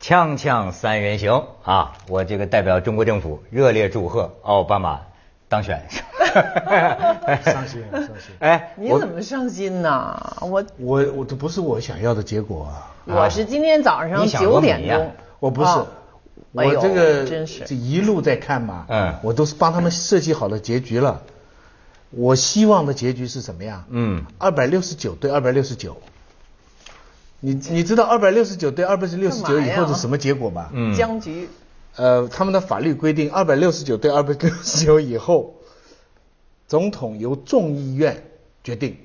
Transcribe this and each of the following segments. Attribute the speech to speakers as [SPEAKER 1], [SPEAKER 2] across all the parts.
[SPEAKER 1] 锵锵三人行啊！我这个代表中国政府热烈祝贺奥巴马当选。
[SPEAKER 2] 伤心伤心。
[SPEAKER 1] 哎，
[SPEAKER 3] 你
[SPEAKER 1] 我
[SPEAKER 3] 怎么伤心呢？我
[SPEAKER 2] 我我这不是我想要的结果啊！
[SPEAKER 3] 我是今天早
[SPEAKER 1] 你
[SPEAKER 3] 上
[SPEAKER 1] 想
[SPEAKER 3] 九
[SPEAKER 1] 过
[SPEAKER 3] 点
[SPEAKER 1] 你呀
[SPEAKER 3] 钟，
[SPEAKER 2] 我不是，
[SPEAKER 3] 啊
[SPEAKER 2] 我
[SPEAKER 3] 哎呦
[SPEAKER 2] 这个
[SPEAKER 3] 真是
[SPEAKER 2] 这一路在看嘛，
[SPEAKER 1] 嗯
[SPEAKER 2] 我都是帮他们设计好了结局了。我希望的结局是什么呀？
[SPEAKER 1] 嗯，
[SPEAKER 2] 二百六十九对二百六十九。你你知道二百六十九对二百六十
[SPEAKER 3] 干
[SPEAKER 2] 九
[SPEAKER 3] 嘛
[SPEAKER 2] 以
[SPEAKER 3] 呀
[SPEAKER 2] 后是什么结果吗？
[SPEAKER 1] 嗯
[SPEAKER 3] 僵局。
[SPEAKER 2] 呃，他们的法律规定，二百六十九对二百六十九以后，总统由众议院决定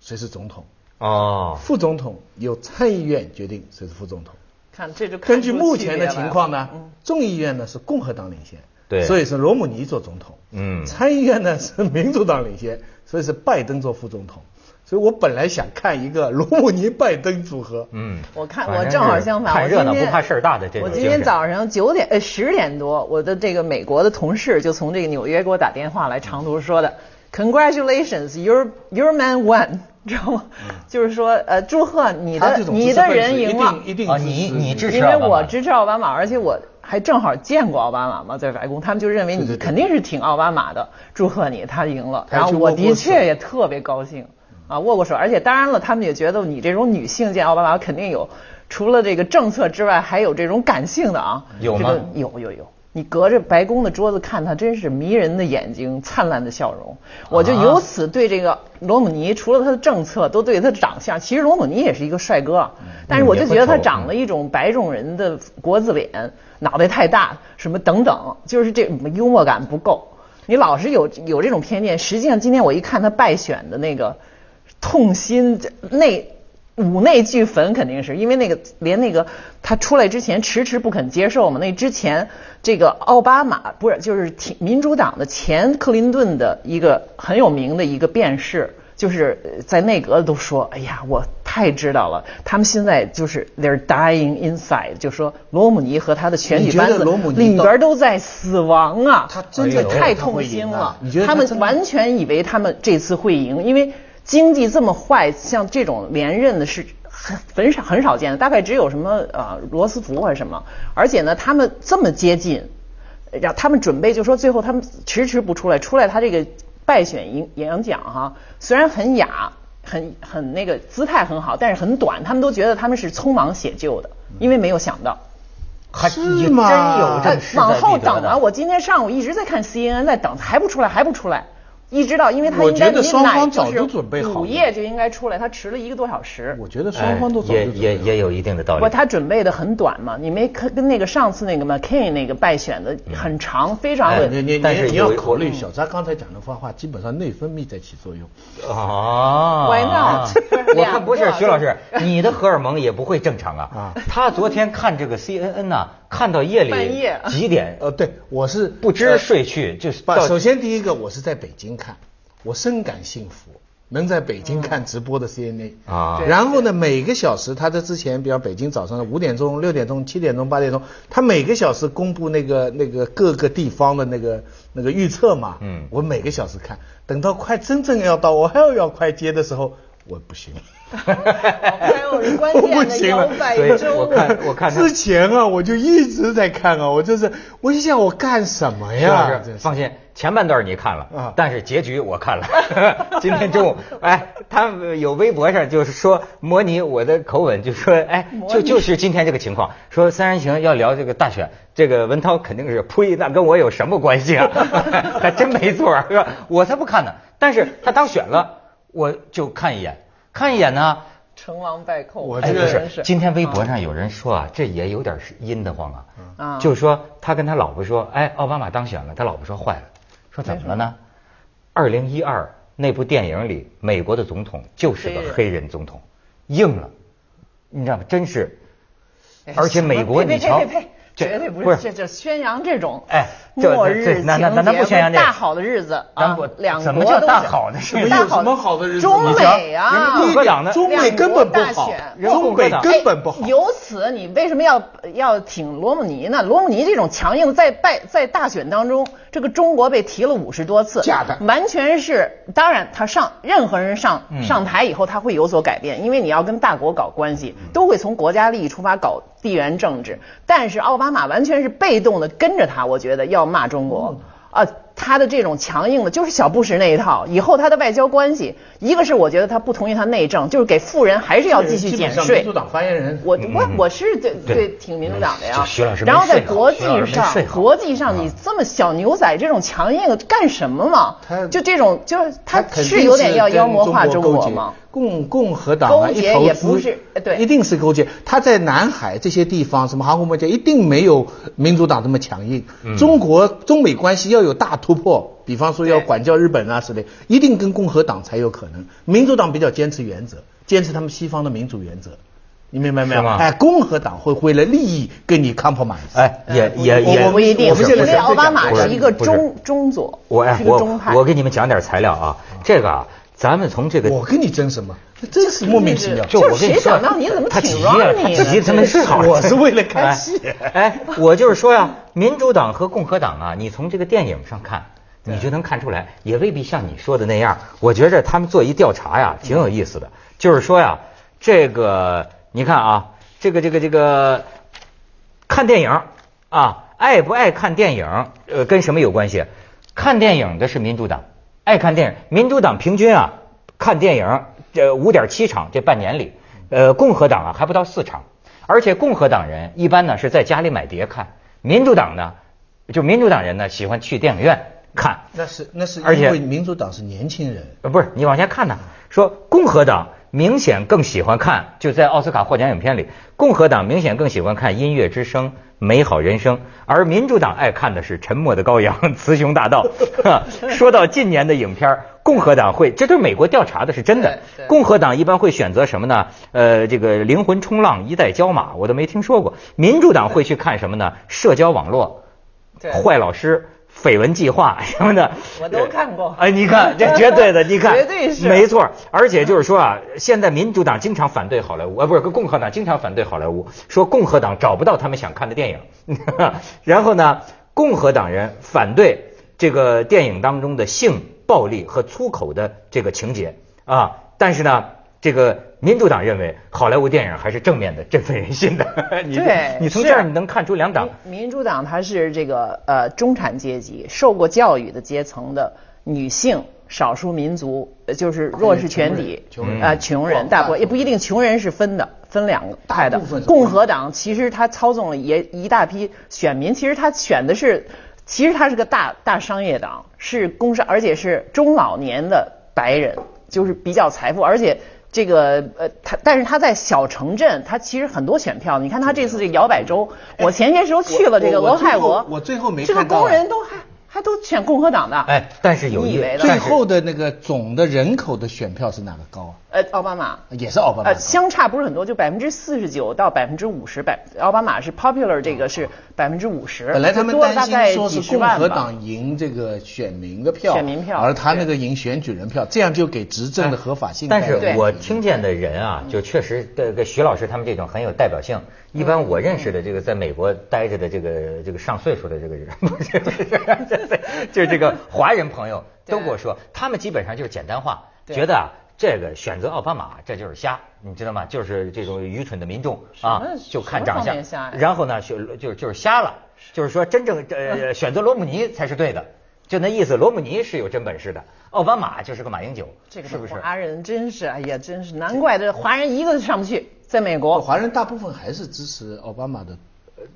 [SPEAKER 2] 谁是总统，
[SPEAKER 1] 哦，
[SPEAKER 2] 副总统由参议院决定谁是副总统。
[SPEAKER 3] 看这就看
[SPEAKER 2] 根据
[SPEAKER 3] 出
[SPEAKER 2] 目
[SPEAKER 3] 区
[SPEAKER 2] 前的
[SPEAKER 3] 别来
[SPEAKER 2] 情
[SPEAKER 3] 了
[SPEAKER 2] 况呢
[SPEAKER 3] 嗯，
[SPEAKER 2] 众议院呢是共和党领先，
[SPEAKER 1] 对
[SPEAKER 2] 所以是罗姆尼做总统，
[SPEAKER 1] 嗯
[SPEAKER 2] 参议院呢是民主党领先，所以是拜登做副总统。所以我本来想看一个罗姆尼拜登组合，
[SPEAKER 1] 嗯，
[SPEAKER 3] 我看
[SPEAKER 1] 反
[SPEAKER 3] 我
[SPEAKER 1] 正
[SPEAKER 3] 正好
[SPEAKER 1] 是
[SPEAKER 3] 相反，
[SPEAKER 1] 看
[SPEAKER 3] 我
[SPEAKER 1] 热闹
[SPEAKER 3] 今
[SPEAKER 1] 不
[SPEAKER 3] 天
[SPEAKER 1] 怕事儿大的这种
[SPEAKER 3] 我今
[SPEAKER 1] 精
[SPEAKER 3] 天
[SPEAKER 1] 神
[SPEAKER 3] 早上九点呃十点多，我的这个美国的同事就从这个纽约给我打电话来长途说的，Congratulations, your your man won，知道吗？就是说呃祝贺你
[SPEAKER 2] 嗯他
[SPEAKER 3] 的
[SPEAKER 2] 这种
[SPEAKER 3] 你
[SPEAKER 2] 知识
[SPEAKER 3] 的
[SPEAKER 2] 分子
[SPEAKER 3] 人
[SPEAKER 2] 一
[SPEAKER 3] 赢
[SPEAKER 2] 定
[SPEAKER 3] 了。
[SPEAKER 2] 一定
[SPEAKER 1] 啊
[SPEAKER 2] 支
[SPEAKER 1] 你
[SPEAKER 2] 持
[SPEAKER 1] 你支持
[SPEAKER 3] 因为
[SPEAKER 1] 奥巴马
[SPEAKER 3] 我支持奥巴马，而且我还正好见过奥巴马嘛，在白宫，他们就认为
[SPEAKER 2] 对对
[SPEAKER 3] 你
[SPEAKER 2] 对
[SPEAKER 3] 肯定是挺奥巴马的，祝贺你，他赢了。
[SPEAKER 2] 他还
[SPEAKER 3] 然后
[SPEAKER 2] 去
[SPEAKER 3] 我
[SPEAKER 2] 握过
[SPEAKER 3] 的
[SPEAKER 2] 手
[SPEAKER 3] 确也特别高兴啊，握过手，而且当然了，他们也觉得你这种女性见奥巴马肯定有，除了这个政策之外，还有这种感性的啊，
[SPEAKER 1] 有
[SPEAKER 3] 这
[SPEAKER 1] 吗
[SPEAKER 3] 个有有有。你隔着白宫的桌子看他，真是迷人的眼睛，灿烂的笑容。我就由此对这个罗姆尼，除了他的政策，都对他的长相。其实罗姆尼也是一个帅哥啊，但是我就觉得他长了一种白种人的国字脸，脑袋太大，什么等等，就是这幽默感不够。你老是有有这种偏见。实际上，今天我一看他败选的那个，痛心这内五内俱焚，肯定是因为那个连那个他出来之前迟迟不肯接受嘛。那之前这个奥巴马不是就是挺民主党的前克林顿的一个很有名的一个辩士，就是呃在内阁都说，哎呀，我太知道了，他们现在就是 they're dying inside，就说罗姆尼和他的选
[SPEAKER 2] 你
[SPEAKER 3] 举
[SPEAKER 2] 觉得
[SPEAKER 3] 班子
[SPEAKER 2] 罗姆尼
[SPEAKER 3] 里
[SPEAKER 2] 到
[SPEAKER 3] 边都在死亡啊，
[SPEAKER 2] 他真的
[SPEAKER 3] 哎呦
[SPEAKER 2] 觉得
[SPEAKER 3] 太
[SPEAKER 2] 他
[SPEAKER 3] 痛
[SPEAKER 2] 会
[SPEAKER 3] 心
[SPEAKER 2] 赢啊
[SPEAKER 3] 了
[SPEAKER 2] 你觉得。他
[SPEAKER 3] 他们
[SPEAKER 2] 真的
[SPEAKER 3] 完全以为他们这次会赢，因为经济这么坏，像这种连任的是很很少很少见的，大概只有什么呃罗斯福或者什么。而且呢，他们这么接近，让他们准备就说最后他们迟迟不出来，出来他这个败选演演讲哈、虽然很雅。很很那个姿态很好，但是很短，他们都觉得他们是匆忙写就的，因为没有想到。
[SPEAKER 1] 还
[SPEAKER 2] 是
[SPEAKER 1] 你真
[SPEAKER 2] 吗哎
[SPEAKER 1] 有这
[SPEAKER 3] 呃
[SPEAKER 1] 个势在
[SPEAKER 3] 往后
[SPEAKER 1] 必得
[SPEAKER 3] 等
[SPEAKER 1] 的
[SPEAKER 3] 啊！我今天上午一直在看 CNN，在等，还不出来，还不出来，一直到因为他
[SPEAKER 2] 我
[SPEAKER 3] 应该
[SPEAKER 2] 觉得
[SPEAKER 3] 你
[SPEAKER 2] 双
[SPEAKER 3] 奶
[SPEAKER 2] 方
[SPEAKER 3] 就
[SPEAKER 2] 早
[SPEAKER 3] 是
[SPEAKER 2] 就准备好
[SPEAKER 3] 午
[SPEAKER 2] 了
[SPEAKER 3] 夜就应该出来，他迟了一个多小时。
[SPEAKER 2] 我觉得双方都
[SPEAKER 1] 哎
[SPEAKER 2] 早就
[SPEAKER 1] 也
[SPEAKER 2] 准备
[SPEAKER 1] 也
[SPEAKER 2] 好
[SPEAKER 1] 也有一定的道理
[SPEAKER 3] 不，。他准备的很短嘛，你没跟跟那个上次那个 McCain 那个败选的
[SPEAKER 2] 嗯
[SPEAKER 3] 很长，非常
[SPEAKER 1] 哎
[SPEAKER 3] 的
[SPEAKER 2] 你你
[SPEAKER 1] 但是
[SPEAKER 2] 你你
[SPEAKER 1] 有
[SPEAKER 2] 要
[SPEAKER 1] 一
[SPEAKER 2] 考虑小扎刚才讲的方法，基本上内分泌在起作用。
[SPEAKER 1] 啊
[SPEAKER 3] Why not？
[SPEAKER 1] 我看不是
[SPEAKER 3] 两个
[SPEAKER 1] 徐老师，你的荷尔蒙也不会正常啊
[SPEAKER 2] 啊。
[SPEAKER 1] 他昨天看这个 CNN 呐、看到夜里
[SPEAKER 3] 半夜
[SPEAKER 1] 几点，
[SPEAKER 2] 呃，对，我是呃
[SPEAKER 1] 不知睡去，就是
[SPEAKER 2] 不，
[SPEAKER 1] 到
[SPEAKER 2] 首先第一个，我是在北京看，我深感幸福，能在北京看直播的 CNN
[SPEAKER 1] 啊对
[SPEAKER 2] 然后呢，每个小时，他在之前，比方北京早上的五点钟、六点钟、七点钟、八点钟，他每个小时公布那个那个各个地方的那个那个预测嘛。
[SPEAKER 1] 嗯
[SPEAKER 2] 我每个小时看，等到快真正要到我还要要快接的时候，我不行了。
[SPEAKER 3] 还有关
[SPEAKER 2] 我哎 不
[SPEAKER 3] 键的
[SPEAKER 2] 行
[SPEAKER 3] 摇
[SPEAKER 2] 了
[SPEAKER 3] 摆
[SPEAKER 1] 对
[SPEAKER 3] 州。
[SPEAKER 1] 我 看我看他
[SPEAKER 2] 之前啊，我就一直在看啊，我就是我就想我干什么
[SPEAKER 1] 徐老
[SPEAKER 2] 呀？
[SPEAKER 1] 师
[SPEAKER 2] 真是
[SPEAKER 1] 啊放心，前半段你看了
[SPEAKER 2] 啊，
[SPEAKER 1] 但是结局我看了。 今天中 午，哎，他们有微博上就是说模拟我的口吻，就说哎，就就是今天这个情况，说三人行要聊这个大选，这个文涛肯定是呸，那跟我有什么关系 啊？还真没错儿，是吧我才不看呢。但是他当选了，我就看一眼，看一眼呢。
[SPEAKER 3] 成王败寇，
[SPEAKER 2] 我
[SPEAKER 1] 哎，
[SPEAKER 2] 这
[SPEAKER 1] 不
[SPEAKER 2] 个
[SPEAKER 3] 真
[SPEAKER 1] 是，今天微博上有人说啊，这也有点是阴得慌啊，
[SPEAKER 3] 嗯
[SPEAKER 1] 就说他跟他老婆说，哎，奥巴马当选了，他老婆说坏了，说怎么了呢？二零一二那部电影里，美国的总统就是个
[SPEAKER 3] 黑人
[SPEAKER 1] 黑人总统，硬了，你知道吗？真是
[SPEAKER 3] 哎，
[SPEAKER 1] 而且美国
[SPEAKER 3] 什么
[SPEAKER 1] 你
[SPEAKER 3] 呸
[SPEAKER 1] 瞧
[SPEAKER 3] 呸呸呸，
[SPEAKER 1] 这
[SPEAKER 3] 绝对不
[SPEAKER 1] 不
[SPEAKER 3] 是
[SPEAKER 1] 是
[SPEAKER 3] 这这宣扬这种
[SPEAKER 1] 哎这
[SPEAKER 3] 末
[SPEAKER 1] 这
[SPEAKER 3] 日情
[SPEAKER 1] 那那那咱
[SPEAKER 3] 节
[SPEAKER 1] 不宣扬这个
[SPEAKER 3] 大好的日子
[SPEAKER 1] 咱
[SPEAKER 3] 啊
[SPEAKER 1] 不，
[SPEAKER 3] 两
[SPEAKER 1] 什
[SPEAKER 3] 国
[SPEAKER 1] 么叫
[SPEAKER 3] 都
[SPEAKER 1] 大
[SPEAKER 3] 是
[SPEAKER 1] 好的日子
[SPEAKER 2] 没
[SPEAKER 3] 大
[SPEAKER 2] 有
[SPEAKER 3] 好
[SPEAKER 2] 什么好的日子，
[SPEAKER 3] 中
[SPEAKER 2] 你瞧
[SPEAKER 3] 美啊
[SPEAKER 2] 人家
[SPEAKER 1] 共和党呢
[SPEAKER 2] 中美根本不好
[SPEAKER 3] 两，
[SPEAKER 2] 人中美根本不好
[SPEAKER 3] 哎。由此，你为什么要要挺罗姆尼呢？罗姆尼这种强硬，在败在大选当中，这个中国被提了五十多次，
[SPEAKER 2] 假的
[SPEAKER 3] 完全是。当然，他上任何人上
[SPEAKER 1] 嗯
[SPEAKER 3] 上台以后，他会有所改变，因为你要跟大国搞关系，
[SPEAKER 2] 嗯
[SPEAKER 3] 都会从国家利益出发搞地缘政治。但是奥巴马完全是被动的跟着他，我觉得要骂中
[SPEAKER 2] 嗯
[SPEAKER 3] 国。啊，他的这种强硬的，就是小布什那一套。以后他的外交关系，一个是我觉得他不同意他内政，就是给富人还是要继续
[SPEAKER 2] 基本
[SPEAKER 3] 减
[SPEAKER 2] 上
[SPEAKER 3] 税
[SPEAKER 2] 民主。党发言人，
[SPEAKER 3] 我我我是对
[SPEAKER 1] 嗯对
[SPEAKER 3] 对挺民主党的呀
[SPEAKER 1] 就徐老师，没
[SPEAKER 3] 然后在
[SPEAKER 1] 睡好
[SPEAKER 3] 国
[SPEAKER 1] 徐老
[SPEAKER 3] 际
[SPEAKER 1] 师没
[SPEAKER 3] 上
[SPEAKER 1] 睡，好嗯
[SPEAKER 3] 国际上你这么小牛仔这种强硬的干什么嘛
[SPEAKER 2] 他？
[SPEAKER 3] 就这种就是他
[SPEAKER 2] 肯定
[SPEAKER 3] 是有点要
[SPEAKER 2] 跟
[SPEAKER 3] 妖魔化
[SPEAKER 2] 中
[SPEAKER 3] 中国
[SPEAKER 2] 勾结
[SPEAKER 3] 嘛。
[SPEAKER 2] 共共和党啊，
[SPEAKER 3] 勾
[SPEAKER 2] 一
[SPEAKER 3] 结
[SPEAKER 2] 投
[SPEAKER 3] 也
[SPEAKER 2] 资
[SPEAKER 3] 不是呃对
[SPEAKER 2] 一定是勾结。他在南海这些地方，什么航空母舰，一定没有民主党这么强硬。中国中美关系要有大突破，比方说要
[SPEAKER 3] 对
[SPEAKER 2] 管教日本啊之类，一定跟共和党才有可能。民主党比较坚持原则，坚持他们西方的民主原则。你明白没有？
[SPEAKER 1] 是吗
[SPEAKER 2] 哎，共和党会为了利益跟你 compromise。
[SPEAKER 1] 哎，也也
[SPEAKER 3] 嗯我
[SPEAKER 1] 也
[SPEAKER 3] 不一定，
[SPEAKER 2] 我们现在
[SPEAKER 3] 因为
[SPEAKER 2] 是
[SPEAKER 3] 奥巴马
[SPEAKER 1] 不
[SPEAKER 3] 是一个
[SPEAKER 1] 不
[SPEAKER 3] 中中左，
[SPEAKER 1] 我哎
[SPEAKER 3] 是个中
[SPEAKER 1] 我
[SPEAKER 3] 派。嗯
[SPEAKER 1] 我给你们讲点材料啊，这个啊，咱们从这个
[SPEAKER 2] 我跟你争什么？这真是莫名其妙。
[SPEAKER 3] 就
[SPEAKER 1] 我跟
[SPEAKER 3] 谁
[SPEAKER 1] 你说
[SPEAKER 3] 想到你怎么
[SPEAKER 1] 他
[SPEAKER 3] 挺
[SPEAKER 1] 急
[SPEAKER 3] Romney
[SPEAKER 1] 了，他
[SPEAKER 3] 呢
[SPEAKER 1] 急，他没睡好。
[SPEAKER 2] 我是为了看戏
[SPEAKER 1] 哎。哎，我就是说呀，民主党和共和党啊，你从这个电影上看，你就能看出来，也未必像你说的那样。我觉着他们做一调查呀，挺有意思的。就是说呀，这个你看啊，这个这个这个看电影啊，爱不爱看电影，呃，跟什么有关系？看电影的是民主党，爱看电影，民主党平均啊看电影这五点七场这半年里，呃，共和党啊还不到四场，而且共和党人一般呢是在家里买碟看，民主党呢，就民主党人呢喜欢去电影院看，
[SPEAKER 2] 那是那是
[SPEAKER 1] 而且
[SPEAKER 2] 因为民主党是年轻人。
[SPEAKER 1] 呃，不是，你往下看呢，说共和党明显更喜欢看，就在奥斯卡获奖影片里，共和党明显更喜欢看《音乐之声》《美好人生》，而民主党爱看的是《沉默的羔羊》《雌雄大 盗》哈。说到近年的影片儿，共和党会，这都是美国调查的，是真的
[SPEAKER 3] 对。对
[SPEAKER 1] 共和党一般会选择什么呢？呃，这个《灵魂冲浪》《一代骄马》，我都没听说过。民主党会去看什么呢？社交网络。
[SPEAKER 3] 对
[SPEAKER 1] 坏老师、绯闻计 划什么的，
[SPEAKER 3] 我都看过
[SPEAKER 1] 哎，你看这绝对的，你看
[SPEAKER 3] 绝对是
[SPEAKER 1] 没错。而且就是说啊，现在民主党经常反对好莱坞，呃，不是跟共和党经常反对好莱坞，说共和党找不到他们想看的电影。 然后呢，共和党人反对这个电影当中的性暴力和粗口的这个情节啊，但是呢，这个。民主党认为好莱坞电影还是正面的、振奋人心的。 你这
[SPEAKER 3] 对
[SPEAKER 1] 你从
[SPEAKER 3] 是
[SPEAKER 1] 这儿你能看出两党
[SPEAKER 3] 民民主党它是这个呃中产阶级、受过教育的阶层的女性。少数民族呃就是弱势群体，
[SPEAKER 2] 穷人穷人
[SPEAKER 3] 啊，穷人，
[SPEAKER 2] 嗯
[SPEAKER 3] 大国也不一定，穷人是分的，分两个派的
[SPEAKER 2] 大部分。是
[SPEAKER 3] 共和党其实他操纵了也一大批选民，其实他选的是，其实他是个大大商业党，是工商，而且是中老年的白人，就是比较财富，而且这个呃，他但是他在小城镇，他其实很多选票，你看他这次这摇摆州，我前些时候去了这个
[SPEAKER 2] 哎我我
[SPEAKER 3] 俄亥
[SPEAKER 2] 我最
[SPEAKER 3] 俄
[SPEAKER 2] 后，我最后没
[SPEAKER 3] 这个
[SPEAKER 2] 看到啊
[SPEAKER 3] 工人都还还都选共和党的，
[SPEAKER 1] 哎，但是有
[SPEAKER 3] 你
[SPEAKER 1] 一
[SPEAKER 3] 以为的
[SPEAKER 2] 最
[SPEAKER 1] 但是
[SPEAKER 2] 后的那个总的人口的选票是哪个高
[SPEAKER 3] 呃，奥巴马。
[SPEAKER 2] 啊？也是奥巴马
[SPEAKER 3] 呃，
[SPEAKER 2] 高。
[SPEAKER 3] 相差不是很多，就百分之四十九到百分之五十，百奥巴马是 popular 这个是百分之五十，
[SPEAKER 2] 哦本来他们
[SPEAKER 3] 多了
[SPEAKER 2] 担
[SPEAKER 3] 大概
[SPEAKER 2] 心说
[SPEAKER 3] 几
[SPEAKER 2] 是
[SPEAKER 3] 十
[SPEAKER 2] 共
[SPEAKER 3] 万
[SPEAKER 2] 和
[SPEAKER 3] 吧。
[SPEAKER 2] 党赢这个选民的票，
[SPEAKER 3] 选民票
[SPEAKER 2] 而他那个赢选举人票，这样就给执政的合法性带
[SPEAKER 1] 但
[SPEAKER 2] 来
[SPEAKER 1] 是
[SPEAKER 2] 了。
[SPEAKER 3] 对
[SPEAKER 1] 我听见的人啊，就确实这个徐老师他们这种很有代表性。
[SPEAKER 3] 嗯
[SPEAKER 1] 一般我认识的这个在美国待着的这个这个上岁数的这个人，不是不是，就是这个华人朋友都跟我说，他们基本上就是简单化，
[SPEAKER 3] 对
[SPEAKER 1] 觉得啊这个选择奥巴马这就是瞎，你知道吗？就是这种愚蠢的民众啊
[SPEAKER 3] 什么，
[SPEAKER 1] 就看
[SPEAKER 3] 什么
[SPEAKER 1] 长
[SPEAKER 3] 方面瞎
[SPEAKER 1] 相
[SPEAKER 3] 呀，
[SPEAKER 1] 然后呢选就是就是瞎了，就是说真正呃选择罗姆尼才是对的。就那意思，罗姆尼是有真本事的，奥巴马就是个马英九，
[SPEAKER 3] 这个
[SPEAKER 1] 是不是？
[SPEAKER 3] 华人真是，哎呀，真是难怪这华人一个都上不去，在美国。
[SPEAKER 2] 华人大部分还是支持奥巴马的，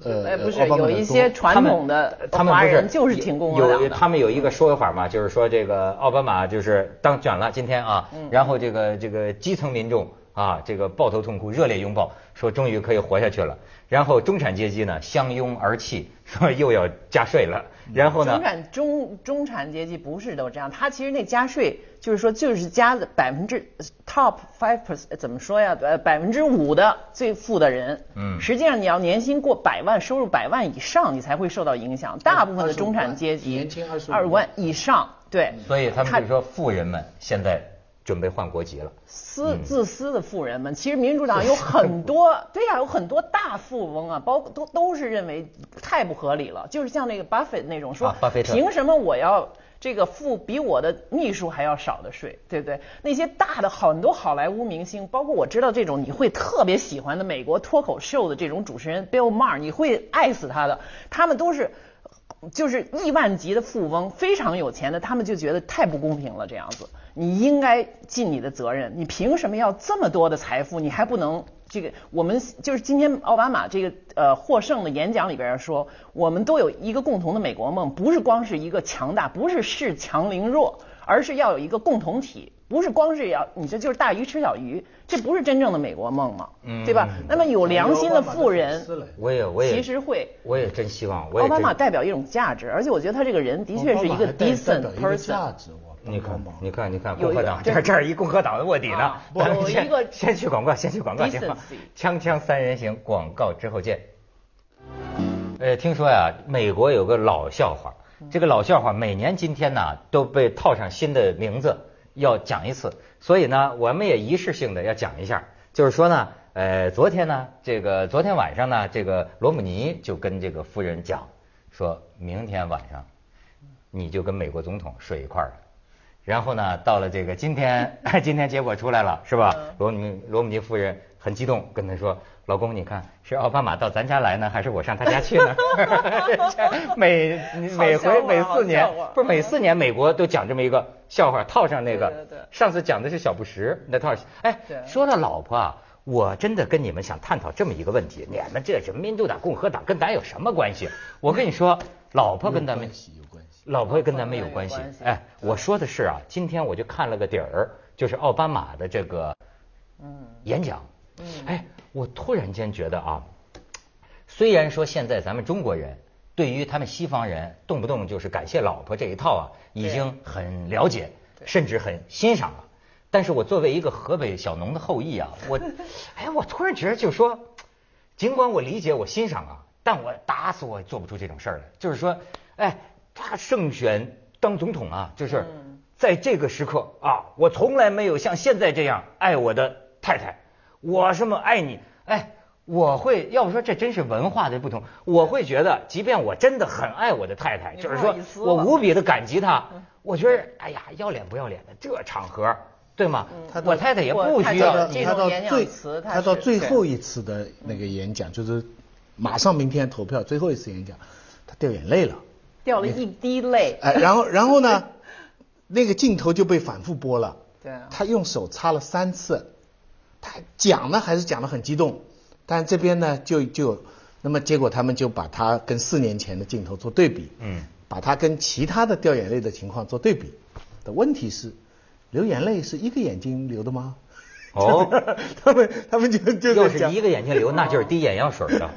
[SPEAKER 3] 呃，
[SPEAKER 2] 呃，
[SPEAKER 3] 不是
[SPEAKER 2] 奥巴马
[SPEAKER 3] 有
[SPEAKER 2] 的
[SPEAKER 3] 一
[SPEAKER 2] 多
[SPEAKER 3] 些传统的
[SPEAKER 1] 他们
[SPEAKER 3] 华
[SPEAKER 1] 不
[SPEAKER 3] 人就是挺共和
[SPEAKER 1] 有
[SPEAKER 3] 党
[SPEAKER 1] 有
[SPEAKER 3] 的。
[SPEAKER 1] 他们有一个说法嘛，
[SPEAKER 3] 嗯
[SPEAKER 1] 就是说这个奥巴马就是当选了今天啊，然后这个这个基层民众啊，这个抱头痛哭，热烈拥抱，说终于可以活下去了。然后中产阶级呢相拥而泣， 说又要加税了。然后呢
[SPEAKER 3] 嗯中，产中中产阶级不是都这样，他其实那加税就是说就是加的百分之 top five percent 怎么说呀？呃，百分之五的最富的人，
[SPEAKER 1] 嗯
[SPEAKER 3] 实际上你要年薪过百万，收入百万以上，你才会受到影响。大部分的中产阶级，
[SPEAKER 2] 年轻25
[SPEAKER 3] 二万以上，对，
[SPEAKER 2] 嗯
[SPEAKER 1] 所以他们就说富人们现在准备换国籍了。嗯
[SPEAKER 3] 私自私的富人们，其实民主党有很 多，对呀、有很多大富翁啊，包括都都是认为太不合理了，就是像那个巴菲特那种说
[SPEAKER 1] 啊巴菲，特
[SPEAKER 3] 凭什么我要这个付比我的秘书还要少的税，对不对？那些大的很多好莱坞明星，包括我知道这种你会特别喜欢的美国脱口秀的这种主持人 Bill Maher，你会爱死他的，他们都是。就是亿万级的富翁，非常有钱的，他们就觉得太不公平了。这样子，你应该尽你的责任，你凭什么要这么多的财富？你还不能这个？我们就是今天奥巴马这个呃获胜的演讲里边说，我们都有一个共同的美国梦，不是光是一个强大，不是恃强凌弱，而是要有一个共同体，不是光是要你这就是大鱼吃小鱼，这不是真正的美国梦嘛，对吧？那么有良心的富人，
[SPEAKER 1] 我也，嗯我也，
[SPEAKER 3] 其实会。
[SPEAKER 1] 我也真希望，我
[SPEAKER 3] 奥
[SPEAKER 1] 也
[SPEAKER 3] 巴马
[SPEAKER 1] 真，
[SPEAKER 3] 代表一种价值，而且我觉得他这个人的确是一个 decent
[SPEAKER 2] 价
[SPEAKER 3] person。
[SPEAKER 2] 值，我
[SPEAKER 1] 你看，你看，你看，
[SPEAKER 3] 有
[SPEAKER 1] 共和党
[SPEAKER 3] 有
[SPEAKER 1] 这儿这儿一共和党的卧底呢
[SPEAKER 3] 啊。
[SPEAKER 1] 咱们
[SPEAKER 3] 有一
[SPEAKER 1] 先
[SPEAKER 3] 个
[SPEAKER 1] 先去广告，先去广告，行吗
[SPEAKER 3] decency？
[SPEAKER 1] 锵锵三人行，广告之后见。呃，听说呀，美国有个老笑话，
[SPEAKER 3] 嗯
[SPEAKER 1] 这个老笑话每年今天呢都被套上新的名字，要讲一次。所以呢，我们也仪式性的要讲一下，就是说呢，呃，昨天呢，这个昨天晚上呢，这个罗姆尼就跟这个夫人讲，说明天晚上你就跟美国总统睡一块儿了。然后呢，到了这个今天， 今天结果出来了，是吧？
[SPEAKER 3] 嗯
[SPEAKER 1] 罗姆罗姆尼夫人很激动，跟他说：“老公，你看是奥巴马到咱家来呢，还是我上他家去呢？” 每每
[SPEAKER 3] 好笑
[SPEAKER 1] 回
[SPEAKER 3] 话
[SPEAKER 1] 每
[SPEAKER 3] 好
[SPEAKER 1] 四年
[SPEAKER 3] 笑话，
[SPEAKER 1] 不是每四年美国都讲这么一个笑话，套上那个。
[SPEAKER 3] 对对对
[SPEAKER 1] 上次讲的是小布什那套。哎
[SPEAKER 3] 对，
[SPEAKER 1] 说到老婆啊。我真的跟你们想探讨这么一个问题，你们这什么民主党、共和党跟咱有什么关系？我跟你说，老婆跟咱
[SPEAKER 3] 嗯
[SPEAKER 1] 们
[SPEAKER 2] 关系有关系。
[SPEAKER 1] 老婆跟咱们有关系
[SPEAKER 3] 有关。系
[SPEAKER 1] 哎，我说的是啊，今天我就看了个底儿，就是奥巴马的这个
[SPEAKER 3] 嗯
[SPEAKER 1] 演讲。哎，我突然间觉得啊，虽然说现在咱们中国人对于他们西方人动不动就是感谢老婆这一套啊，已经很了解，甚至很欣赏了。但是我作为一个河北小农的后裔啊，我， 哎，我突然觉得就是说，尽管我理解我欣赏啊，但我打死我也做不出这种事儿来。就是说，哎，他胜选当总统啊，这事儿，
[SPEAKER 3] 嗯
[SPEAKER 1] 在这个时刻啊，我从来没有像现在这样爱我的太太，我这么爱你，哎，我会要不说这真是文化的不同，我会觉得，即便我真的很爱我的太太，
[SPEAKER 3] 你
[SPEAKER 1] 就是
[SPEAKER 3] 不
[SPEAKER 1] 说
[SPEAKER 3] 好意思
[SPEAKER 1] 我
[SPEAKER 3] 了嗯
[SPEAKER 1] 无比的感激她，我觉得哎呀，要脸不要脸的这场合，对吗？我太太也不
[SPEAKER 3] 嗯我太
[SPEAKER 1] 需
[SPEAKER 3] 太
[SPEAKER 1] 要
[SPEAKER 2] 他到
[SPEAKER 3] 这
[SPEAKER 2] 他
[SPEAKER 3] 种
[SPEAKER 2] 到
[SPEAKER 3] 演讲
[SPEAKER 2] 最
[SPEAKER 3] 词它
[SPEAKER 2] 他到
[SPEAKER 3] 是
[SPEAKER 2] 最
[SPEAKER 3] 对
[SPEAKER 2] 后一次的那个演讲，就是马上明天投票最后一次演讲，他掉眼泪了。
[SPEAKER 3] 掉了一滴泪。
[SPEAKER 2] 哎，然后然后呢，那个镜头就被反复播了。
[SPEAKER 3] 对啊
[SPEAKER 1] 哎
[SPEAKER 2] 他用手擦了三次，他讲呢还是讲的很激动，但这边呢就就，那么结果他们就把他跟四年前的镜头做对比，
[SPEAKER 1] 嗯，
[SPEAKER 2] 把他跟其他的掉眼泪的情况做对比。的问题是，流眼泪是一个眼睛流的吗？
[SPEAKER 1] 哦，
[SPEAKER 2] 他们他们就就
[SPEAKER 1] 要
[SPEAKER 2] 在
[SPEAKER 1] 是
[SPEAKER 2] 讲
[SPEAKER 1] 一个眼睛流，那就是滴眼药水 的。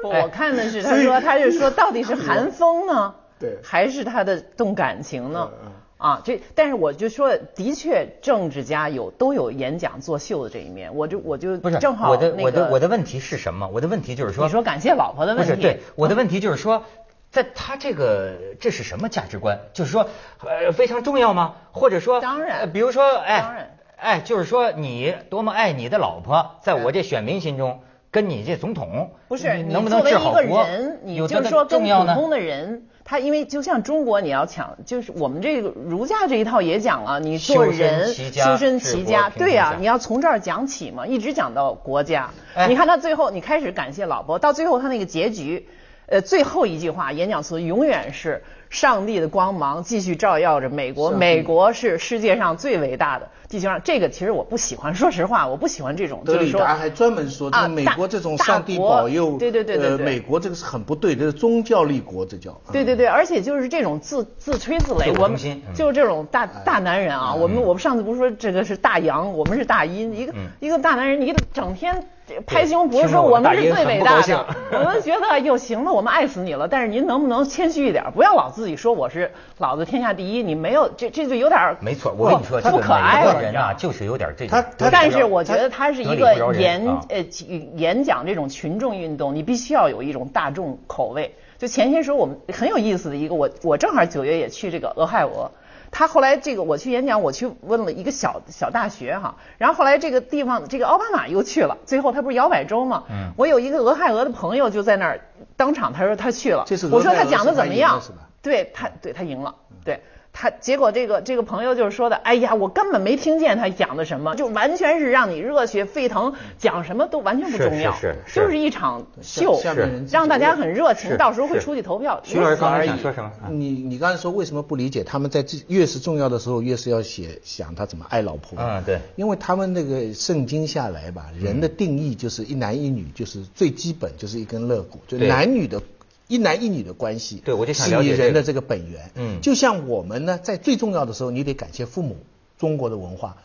[SPEAKER 3] 不，
[SPEAKER 1] 哎
[SPEAKER 3] 我看的是他说，他是说到底是韩风呢，
[SPEAKER 2] 对
[SPEAKER 3] 还是他的动感情呢
[SPEAKER 2] 嗯嗯？
[SPEAKER 3] 啊，这但是我就说，的确政治家有都有演讲作秀的这一面，我就我就
[SPEAKER 1] 不是，
[SPEAKER 3] 正好
[SPEAKER 1] 我的
[SPEAKER 3] 那
[SPEAKER 1] 我的
[SPEAKER 3] 个
[SPEAKER 1] 我的问题是什么？我的问题就是说，
[SPEAKER 3] 你说感谢老婆的问题，
[SPEAKER 1] 不是，对，我的问题就是说，在他这个这是什么价值观？就是说，呃，非常重要吗？或者说，
[SPEAKER 3] 当然
[SPEAKER 1] 呃比如说，哎，
[SPEAKER 3] 当然
[SPEAKER 1] 哎，就是说你多么爱你的老婆，在我这选民心中，跟你这总统
[SPEAKER 3] 嗯不是，
[SPEAKER 1] 你
[SPEAKER 3] 你
[SPEAKER 1] 能不能
[SPEAKER 3] 作为
[SPEAKER 1] 治好
[SPEAKER 3] 一个
[SPEAKER 1] 国
[SPEAKER 3] 人，你
[SPEAKER 1] 有多
[SPEAKER 3] 就是说跟
[SPEAKER 1] 重要
[SPEAKER 3] 普
[SPEAKER 1] 呢？
[SPEAKER 3] 通的人，他因为就像中国，你要抢，就是我们这个儒家这一套也讲了，你做
[SPEAKER 1] 修身
[SPEAKER 3] 人
[SPEAKER 1] 齐家
[SPEAKER 3] 修身
[SPEAKER 1] 治
[SPEAKER 3] 齐
[SPEAKER 1] 国
[SPEAKER 3] 家，
[SPEAKER 1] 平
[SPEAKER 3] 对呀、
[SPEAKER 1] 天下
[SPEAKER 3] 你要从这儿讲起嘛，一直讲到国家。
[SPEAKER 1] 哎
[SPEAKER 3] 你看他最后，你开始感谢老婆，到最后他那个结局。呃，最后一句话演讲词永远是上帝的光芒继续照耀着美国，
[SPEAKER 2] 上帝
[SPEAKER 3] 美国是世界上最伟大的地球上。这个其实我不喜欢，说实话，我不喜欢这种，
[SPEAKER 2] 德
[SPEAKER 3] 就是
[SPEAKER 2] 里
[SPEAKER 3] 说
[SPEAKER 2] 达还专门说，这
[SPEAKER 3] 啊
[SPEAKER 2] 个美
[SPEAKER 3] 大
[SPEAKER 2] 国这种
[SPEAKER 3] 大
[SPEAKER 2] 上帝
[SPEAKER 3] 国
[SPEAKER 2] 保佑，
[SPEAKER 3] 对对对对
[SPEAKER 2] 呃，
[SPEAKER 3] 对
[SPEAKER 2] 美国这个是很不对，这是宗教立国，这叫。
[SPEAKER 3] 对对对，而且就是这种自自吹
[SPEAKER 1] 自
[SPEAKER 3] 自擂，
[SPEAKER 1] 我
[SPEAKER 3] 我
[SPEAKER 1] 中
[SPEAKER 3] 们
[SPEAKER 1] 心嗯
[SPEAKER 3] 就是这种大大男人啊。我们我们上次不是说这个是大洋，我们是大阴，一个
[SPEAKER 1] 嗯
[SPEAKER 3] 一个大男人，一个整天拍胸
[SPEAKER 1] 听
[SPEAKER 3] 脯
[SPEAKER 1] 着
[SPEAKER 3] 说
[SPEAKER 1] 我
[SPEAKER 3] 我们
[SPEAKER 1] 大
[SPEAKER 3] 是
[SPEAKER 1] 阴
[SPEAKER 3] 最
[SPEAKER 1] 很
[SPEAKER 3] 伟
[SPEAKER 1] 不
[SPEAKER 3] 大
[SPEAKER 1] 高
[SPEAKER 3] 的
[SPEAKER 1] 兴，
[SPEAKER 3] 我们觉得哟行了，我们爱死你了。但是您能不能谦虚一点，不要老自己说我是老子天下第一，你没有这这就有点儿
[SPEAKER 1] 没错，我跟你说，
[SPEAKER 3] 不
[SPEAKER 1] 这
[SPEAKER 3] 不
[SPEAKER 1] 个
[SPEAKER 3] 可爱
[SPEAKER 1] 美
[SPEAKER 3] 了
[SPEAKER 1] 国。人啊，就是有点这种
[SPEAKER 2] 他
[SPEAKER 1] 德里
[SPEAKER 2] 他
[SPEAKER 3] 但
[SPEAKER 1] 不
[SPEAKER 3] 是
[SPEAKER 1] 饶
[SPEAKER 3] 我觉得它是
[SPEAKER 1] 德
[SPEAKER 3] 一
[SPEAKER 1] 里不饶
[SPEAKER 3] 个
[SPEAKER 1] 人
[SPEAKER 3] 演
[SPEAKER 1] 啊
[SPEAKER 3] 呃起演讲这种群众运动，你必须要有一种大众口味。就前些时候我们很有意思的一个，我我正好九月也去这个俄亥俄，他后来这个我去演讲，我去问了一个小小大学哈，然后后来这个地方这个奥巴马又去了，最后他不是摇摆州嘛，
[SPEAKER 1] 嗯
[SPEAKER 3] 我有一个俄亥俄的朋友就在那儿当场他说他去了，
[SPEAKER 2] 这是俄
[SPEAKER 3] 我说
[SPEAKER 2] 亥
[SPEAKER 3] 他
[SPEAKER 2] 俄
[SPEAKER 3] 讲
[SPEAKER 2] 是
[SPEAKER 3] 的
[SPEAKER 2] 他
[SPEAKER 3] 怎么
[SPEAKER 2] 赢了
[SPEAKER 3] 样
[SPEAKER 2] 是吧？
[SPEAKER 3] 对他，对他赢了，对他，结果这个这个朋友就是说的，哎呀，我根本没听见他讲的什么，就完全是让你热血沸腾，讲什么都完全不重要，
[SPEAKER 1] 是是是
[SPEAKER 3] 就是一场
[SPEAKER 2] 下
[SPEAKER 3] 秀，
[SPEAKER 2] 下面人自己
[SPEAKER 3] 让大家很热情，
[SPEAKER 1] 是
[SPEAKER 3] 到时候会
[SPEAKER 1] 是
[SPEAKER 3] 出去投票。
[SPEAKER 1] 徐老师
[SPEAKER 3] 如此
[SPEAKER 1] 刚才
[SPEAKER 3] 而已
[SPEAKER 1] 想说什么？
[SPEAKER 3] 嗯
[SPEAKER 1] 啊
[SPEAKER 2] 你你刚才说为什么不理解？他们在这越是重要的时候，越是要写想他怎么爱老婆。
[SPEAKER 1] 嗯对
[SPEAKER 2] 因为他们那个圣经下来吧，
[SPEAKER 1] 嗯
[SPEAKER 2] 人的定义就是一男一女，就是最基本就是一根肋骨，就
[SPEAKER 1] 对
[SPEAKER 2] 男女的。一男一女的关系，
[SPEAKER 1] 对我就想
[SPEAKER 2] 是
[SPEAKER 1] 了解
[SPEAKER 2] 你
[SPEAKER 1] 这个
[SPEAKER 2] 人的这个本源。
[SPEAKER 1] 嗯
[SPEAKER 2] 就像我们呢，在最重要的时候，你得感谢父母，中国的文化，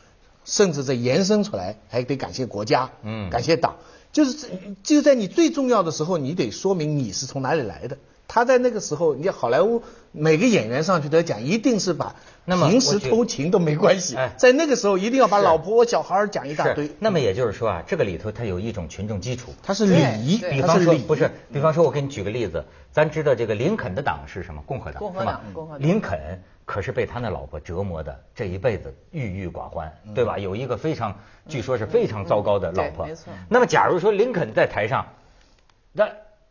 [SPEAKER 2] 甚至在延伸出来，还得感谢国家，
[SPEAKER 1] 嗯
[SPEAKER 2] 感谢党。就是这就在你最重要的时候，你得说明你是从哪里来的。他在那个时候，你看好莱坞每个演员上去得奖，一定是把
[SPEAKER 1] 那么
[SPEAKER 2] 平
[SPEAKER 1] 我
[SPEAKER 2] 时
[SPEAKER 1] 觉得
[SPEAKER 2] 偷情都没关系
[SPEAKER 1] 哎，
[SPEAKER 2] 在那个时候一定要把老婆、小孩儿讲一大堆
[SPEAKER 1] 是。，那么也就是说啊，这个里头它有一种群众基础。
[SPEAKER 2] 他是礼仪，
[SPEAKER 3] 对
[SPEAKER 1] 比
[SPEAKER 2] 他
[SPEAKER 1] 方
[SPEAKER 2] 是
[SPEAKER 1] 说
[SPEAKER 2] 礼仪
[SPEAKER 1] 不是，比方说我给你举个例子，咱知道这个林肯的党是什么？共和党，
[SPEAKER 3] 共和
[SPEAKER 1] 是吧
[SPEAKER 3] 党共和党
[SPEAKER 1] 林肯可是被他那老婆折磨的这一辈子郁郁寡欢，对吧？有一个非常，据说是非常糟糕的老婆。
[SPEAKER 3] 嗯对没错
[SPEAKER 1] 那么假如说林肯在台上，那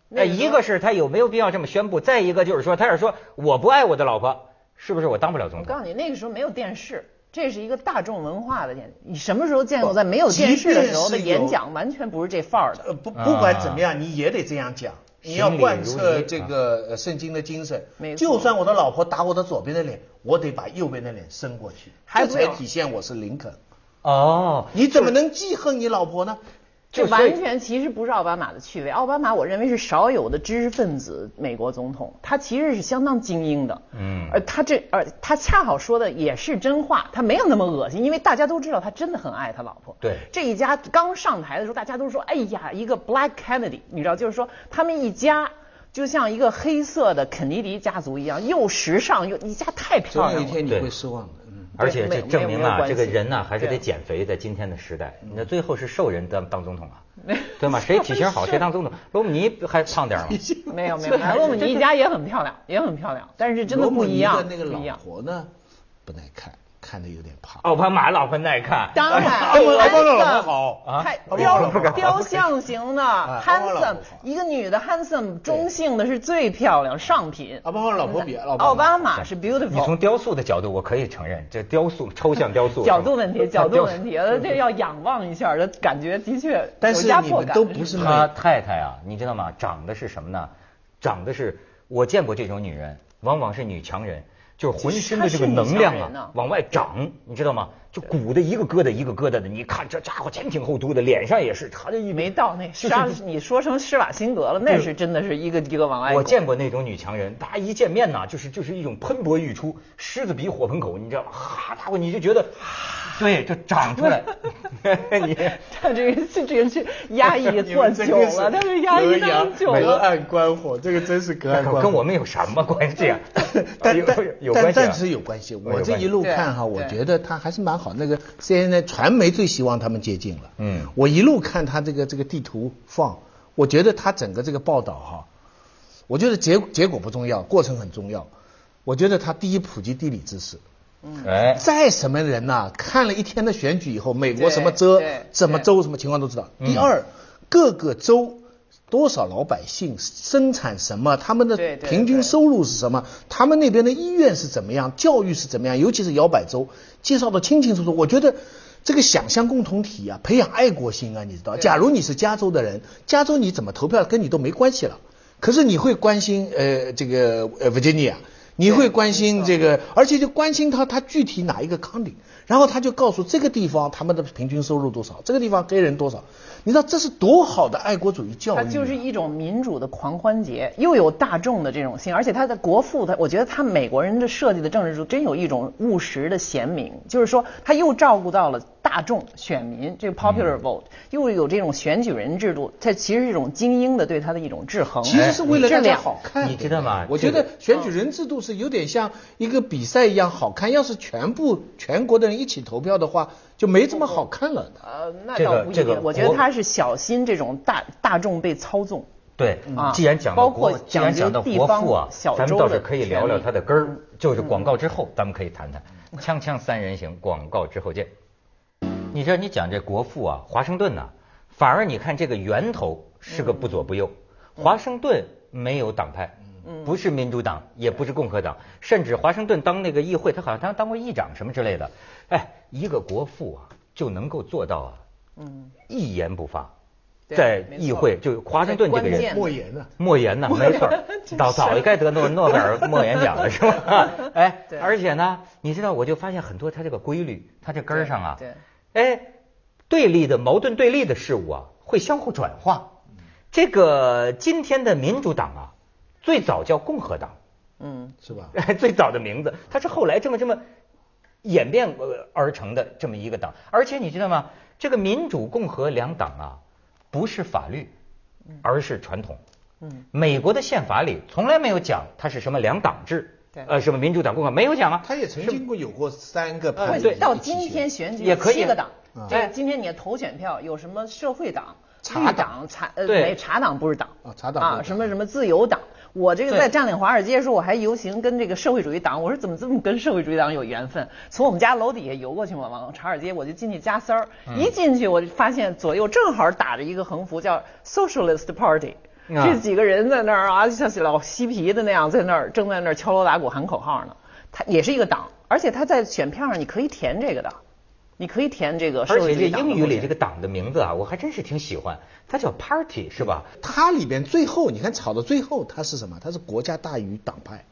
[SPEAKER 1] 那
[SPEAKER 3] 那个时候
[SPEAKER 1] 一个是他有没有必要这么宣布？再一个就是说，他要是说我不爱我的老婆，是不是我当不了总
[SPEAKER 3] 我
[SPEAKER 1] 统
[SPEAKER 3] 告？诉你，那个时候没有电视。这是一个大众文化的演，你什么时候见过在没有电视的时候的
[SPEAKER 2] 即便哦是有
[SPEAKER 3] 演讲，完全不是这范儿的。
[SPEAKER 2] 呃，不不管怎么样，你也得这样讲。你要
[SPEAKER 1] 行礼
[SPEAKER 2] 贯
[SPEAKER 1] 如
[SPEAKER 2] 彻
[SPEAKER 1] 仪
[SPEAKER 2] 这
[SPEAKER 1] 啊
[SPEAKER 2] 个呃圣经的精神
[SPEAKER 3] 没，
[SPEAKER 2] 就
[SPEAKER 3] 错
[SPEAKER 2] 算我的老婆打我的左边的脸，我得把右边的脸伸过去，
[SPEAKER 3] 还
[SPEAKER 2] 这
[SPEAKER 3] 不
[SPEAKER 2] 才
[SPEAKER 3] 要
[SPEAKER 2] 体现我是林肯。
[SPEAKER 1] 哦，
[SPEAKER 2] 你怎么能记恨你老婆呢？
[SPEAKER 3] 这
[SPEAKER 1] 就所以
[SPEAKER 3] 完全其实不是奥巴马的趣味。奥巴马，我认为是少有的知识分子美国总统，他其实是相当精英的。
[SPEAKER 1] 嗯
[SPEAKER 3] 而他这，而他恰好说的也是真话，他没有那么恶心，因为大家都知道他真的很爱他老婆。
[SPEAKER 1] 对
[SPEAKER 3] 这一家刚上台的时候，大家都说：“哎呀，一个 Black Kennedy，你知道，就是说他们一家。”就像一个黑色的肯尼迪家族一样，又时尚又一家太漂亮了。
[SPEAKER 1] 对
[SPEAKER 2] 望的。嗯，
[SPEAKER 1] 而且这
[SPEAKER 3] 没
[SPEAKER 1] 证明
[SPEAKER 3] 没有没有
[SPEAKER 1] 啊，
[SPEAKER 3] 关
[SPEAKER 1] 这
[SPEAKER 3] 系
[SPEAKER 1] 个人呐、还是得
[SPEAKER 3] 对
[SPEAKER 1] 减肥，在今天的时代，那最后是瘦人当当总统啊，对吗？谁体型 好谁当总统，罗姆尼还胖点儿吗？
[SPEAKER 3] 没有没 有，罗姆尼一家也很漂亮，也很漂亮，但是真的不一样，
[SPEAKER 2] 那个
[SPEAKER 3] 不一
[SPEAKER 2] 老
[SPEAKER 3] 样。
[SPEAKER 2] 婆呢，不耐看，看着有点胖。
[SPEAKER 1] 奥巴马老婆耐看，
[SPEAKER 3] 当然，
[SPEAKER 2] 哎我我帮着老婆
[SPEAKER 1] 好啊
[SPEAKER 3] 太
[SPEAKER 1] 我帮着老婆
[SPEAKER 3] 雕
[SPEAKER 1] 好
[SPEAKER 3] 雕像型的
[SPEAKER 2] 哎我帮着老婆好
[SPEAKER 3] handsome，一个女的 handsome 中性的是最漂亮上品。
[SPEAKER 2] 奥巴马啊老婆比老婆
[SPEAKER 3] 奥巴马是
[SPEAKER 1] 你从
[SPEAKER 3] beautiful。
[SPEAKER 1] 雕塑的角度，我可以承认，这雕塑抽象雕塑
[SPEAKER 3] 角度问题，角度问
[SPEAKER 1] 题。
[SPEAKER 3] 题，呃这要仰望一下，这感觉的确
[SPEAKER 2] 但
[SPEAKER 3] 有
[SPEAKER 2] 是
[SPEAKER 3] 压
[SPEAKER 2] 你
[SPEAKER 3] 迫
[SPEAKER 2] 们
[SPEAKER 3] 感。
[SPEAKER 2] 都不是美
[SPEAKER 1] 他太太啊，你知道吗？长得是什么呢？长得是我见过这种女人，往往是女强人，就是浑身的这个能量
[SPEAKER 3] 她是女强人
[SPEAKER 1] 啊
[SPEAKER 3] 呢，
[SPEAKER 1] 往外长，你知道吗？就鼓的一个疙瘩一个疙瘩的，你看这家伙前挺后凸的，脸上也是，他这一
[SPEAKER 3] 没到那沙，你说成施瓦辛格了，那是真的是一个一个往外。
[SPEAKER 1] 我见过那种女强人，她一见面呐，就是就是一种喷薄欲出，狮子鼻火盆口，你知道吗？哈家伙，你就觉得，对，就长出来。 你
[SPEAKER 3] 他 这个这个是 压抑做久了，他是压抑
[SPEAKER 2] 啊
[SPEAKER 3] 那么久
[SPEAKER 2] 隔
[SPEAKER 3] 了。
[SPEAKER 2] 岸观火，这个真是隔岸观火。？
[SPEAKER 1] 跟我们有什么关系啊
[SPEAKER 2] 但
[SPEAKER 1] 有
[SPEAKER 2] 但
[SPEAKER 1] 有
[SPEAKER 2] 但
[SPEAKER 1] 关系啊
[SPEAKER 2] 但是有关系。
[SPEAKER 1] 有
[SPEAKER 2] 我
[SPEAKER 1] 关
[SPEAKER 2] 这
[SPEAKER 1] 系
[SPEAKER 2] 一路看哈，
[SPEAKER 3] 对
[SPEAKER 2] 我
[SPEAKER 3] 对
[SPEAKER 2] 觉得他还是蛮好。那个 CNN 传媒最希望他们接近了。
[SPEAKER 1] 嗯
[SPEAKER 2] 我一路看他这个这个地图放，我觉得他整个这个报道哈，我觉得结结果不重要，过程很重要。我觉得他第一普及地理知识，
[SPEAKER 1] 哎，
[SPEAKER 2] 再什么人呐、看了一天的选举以后，美国什么
[SPEAKER 3] 对
[SPEAKER 2] 州
[SPEAKER 3] 对、嗯
[SPEAKER 2] 什么州、什么情况都知道。第二，各个州多少老百姓生产什么，他们的
[SPEAKER 3] 对对
[SPEAKER 2] 平均
[SPEAKER 3] 对
[SPEAKER 2] 收入是什么，他们那边的医院是怎么样，教育是怎么样，尤其是摇摆州，介绍的清清楚楚。我觉得。这个想象共同体啊，培养爱国心啊，你知道？假如你是加州的人，加州你怎么投票跟你都没关系了。可是你会关心呃这个呃 Virginia，你会关心这个，而且就关心他他具体哪一个 county，然后他就告诉这个地方他们的平均收入多少，这个地方黑人多少，你知道这是多好的爱国主义教育、啊，
[SPEAKER 3] 它就是一种民主的狂欢节，又有大众的这种心，而且他的国父他，我觉得他美国人的设计的政治制度真有一种务实的贤明，就是说他又照顾到了大众选民这个 popular
[SPEAKER 2] 嗯
[SPEAKER 3] vote，、又有这种选举人制度，这其实是一种精英的对他的一种制衡。哎
[SPEAKER 2] 其实是为了
[SPEAKER 3] 这
[SPEAKER 2] 大家
[SPEAKER 3] 两
[SPEAKER 2] 好看，
[SPEAKER 1] 你知道吗
[SPEAKER 2] 我觉得选举人制度是有点像一个比赛一样好看，要是全部全国的人一起投票的话，就没这么好看了的。
[SPEAKER 3] 呃，那
[SPEAKER 1] 这个
[SPEAKER 3] 倒不一
[SPEAKER 1] 这
[SPEAKER 3] 定，
[SPEAKER 1] 个
[SPEAKER 3] 我觉得
[SPEAKER 1] 国
[SPEAKER 3] 他是小心这种大大众被操纵。
[SPEAKER 1] 对
[SPEAKER 3] 啊，
[SPEAKER 1] 既然讲
[SPEAKER 3] 包
[SPEAKER 1] 到
[SPEAKER 3] 括
[SPEAKER 1] 国，既然
[SPEAKER 3] 讲究
[SPEAKER 1] 讲到
[SPEAKER 3] 地
[SPEAKER 1] 国
[SPEAKER 3] 方
[SPEAKER 1] 父啊
[SPEAKER 3] 小，
[SPEAKER 1] 咱
[SPEAKER 3] 州
[SPEAKER 1] 们倒
[SPEAKER 3] 的
[SPEAKER 1] 是可以
[SPEAKER 3] 权嗯
[SPEAKER 1] 聊聊
[SPEAKER 3] 利
[SPEAKER 1] 它的根儿，就是广告之后，咱们可以谈谈。锵锵三人行，广告之后见。你说你讲这国父啊，华盛顿呐、反而你看这个源头是个不左不右，
[SPEAKER 3] 嗯
[SPEAKER 1] 华盛顿没有党派。不是民主党，也不是共和党，甚至华盛顿当那个议会，他好像当当过议长什么之类的。哎，一个国父啊，就能够做到啊，
[SPEAKER 3] 嗯，
[SPEAKER 1] 一言不发，
[SPEAKER 3] 对
[SPEAKER 1] 在
[SPEAKER 3] 没
[SPEAKER 1] 议
[SPEAKER 3] 错
[SPEAKER 1] 会就华盛顿这个
[SPEAKER 3] 关
[SPEAKER 1] 人
[SPEAKER 3] 键，
[SPEAKER 2] 莫言啊呢？
[SPEAKER 1] 莫言 呐，没错儿，早早就该得诺诺贝尔莫言奖了，是吧？哎
[SPEAKER 3] 对，
[SPEAKER 1] 而且呢，你知道，我就发现很多它这个规律，它这根儿上啊，
[SPEAKER 3] 对
[SPEAKER 1] 哎，对立的矛盾对立的事物啊，会相互转化。这个今天的民主党啊，最早叫共和党，
[SPEAKER 3] 嗯，
[SPEAKER 2] 是吧？
[SPEAKER 1] 最早的名字，它是后来这么这么演变呃而成的这么一个党。而且你知道吗？这个民主共和两党啊，不是法律，而是传统。
[SPEAKER 3] 嗯，
[SPEAKER 1] 美国的宪法里从来没有讲它是什么两党制，
[SPEAKER 3] 对
[SPEAKER 1] 呃，什么民主党、共和没有讲啊。
[SPEAKER 2] 他也曾经过有过三个
[SPEAKER 1] 啊
[SPEAKER 2] 派
[SPEAKER 1] 对
[SPEAKER 2] 系
[SPEAKER 3] 哎到
[SPEAKER 2] 一起
[SPEAKER 3] 今
[SPEAKER 2] 选
[SPEAKER 3] 天选举
[SPEAKER 1] 也可以
[SPEAKER 3] 七个党
[SPEAKER 2] 啊，
[SPEAKER 3] 这今天你的投选票有什么社会党、
[SPEAKER 2] 茶
[SPEAKER 3] 绿
[SPEAKER 2] 党
[SPEAKER 3] 党、茶呃
[SPEAKER 1] 对
[SPEAKER 3] 没茶党不是党
[SPEAKER 2] 啊茶党不是党
[SPEAKER 3] 什么什么自由党。我这个
[SPEAKER 1] 对
[SPEAKER 3] 在占领华尔街的时候，我还游行跟这个社会主义党，我说怎么这么跟社会主义党有缘分？从我们家楼底下游过去嘛，往华尔街我就进去加塞儿，
[SPEAKER 1] 嗯
[SPEAKER 3] 一进去我就发现左右正好打着一个横幅叫 Socialist Party。
[SPEAKER 1] 啊
[SPEAKER 3] 这几个人在那儿啊，就像老嬉皮的那样，在那儿正在那儿敲锣打鼓喊口号呢。他也是一个党，而且他在选票上你可以填这个的，你可以填这个社
[SPEAKER 1] 而
[SPEAKER 3] 会
[SPEAKER 1] 且
[SPEAKER 3] 主
[SPEAKER 1] 这
[SPEAKER 3] 义党的候选人。
[SPEAKER 1] 英语里这个党的名字啊，我还真是挺喜欢，它叫 Party 是吧？
[SPEAKER 2] 它里边最后你看吵到最后，它是什么？它是国家大于党派，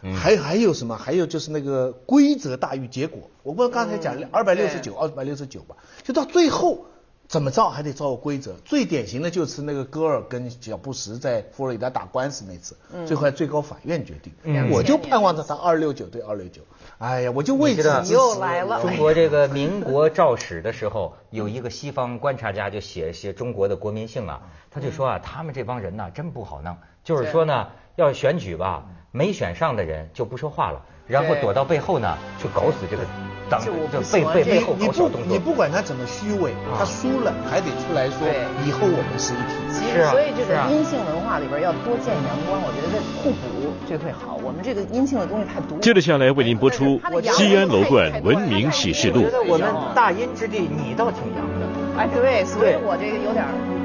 [SPEAKER 1] 嗯
[SPEAKER 2] 还还有什么？还有就是那个规则大于结果。我不是刚才讲
[SPEAKER 1] 嗯
[SPEAKER 2] 二百六十
[SPEAKER 3] 对
[SPEAKER 2] 九、二百六十九吧？就到最后怎么造还得照规则。最典型的就是那个戈尔跟小布什在佛罗里达打官司那次，最后还最高法院决定。
[SPEAKER 1] 嗯
[SPEAKER 2] 我就盼望着他二六九对二六九。哎呀，我就为
[SPEAKER 1] 你知
[SPEAKER 2] 此
[SPEAKER 1] 道
[SPEAKER 2] 支持
[SPEAKER 3] 又来了
[SPEAKER 1] 中国这个民国肇始的时候，有一个西方观察家就写写中国的国民性啊，他就说啊，他们这帮人呐、真不好弄，就是说呢，要选举吧，没选上的人就不说话了，然后
[SPEAKER 3] 对
[SPEAKER 1] 躲到背后呢去搞死这个党，
[SPEAKER 3] 就我不
[SPEAKER 1] 就
[SPEAKER 3] 喜
[SPEAKER 1] 背
[SPEAKER 3] 欢
[SPEAKER 1] 背
[SPEAKER 3] 这
[SPEAKER 1] 背
[SPEAKER 3] 个
[SPEAKER 1] 后
[SPEAKER 2] 你
[SPEAKER 1] 搞小
[SPEAKER 2] 不
[SPEAKER 1] 动
[SPEAKER 2] 你
[SPEAKER 1] 作。啊
[SPEAKER 2] 不管他怎么虚伪，他输了还得出来说
[SPEAKER 3] 对
[SPEAKER 2] 以后我们是一体。
[SPEAKER 3] 其
[SPEAKER 1] 是
[SPEAKER 3] 实，
[SPEAKER 1] 啊
[SPEAKER 3] 所以这
[SPEAKER 1] 是啊
[SPEAKER 3] 个阴性文化里边要多见阳光，我觉得互补这会好。我们这个阴性的东西太毒。
[SPEAKER 4] 接着下来为您播出《西安楼冠文明启示录
[SPEAKER 1] 啊我》觉。得我们大阴之地，你倒挺洋的。
[SPEAKER 3] 哎，对，所以
[SPEAKER 1] 对
[SPEAKER 3] 我这个有点儿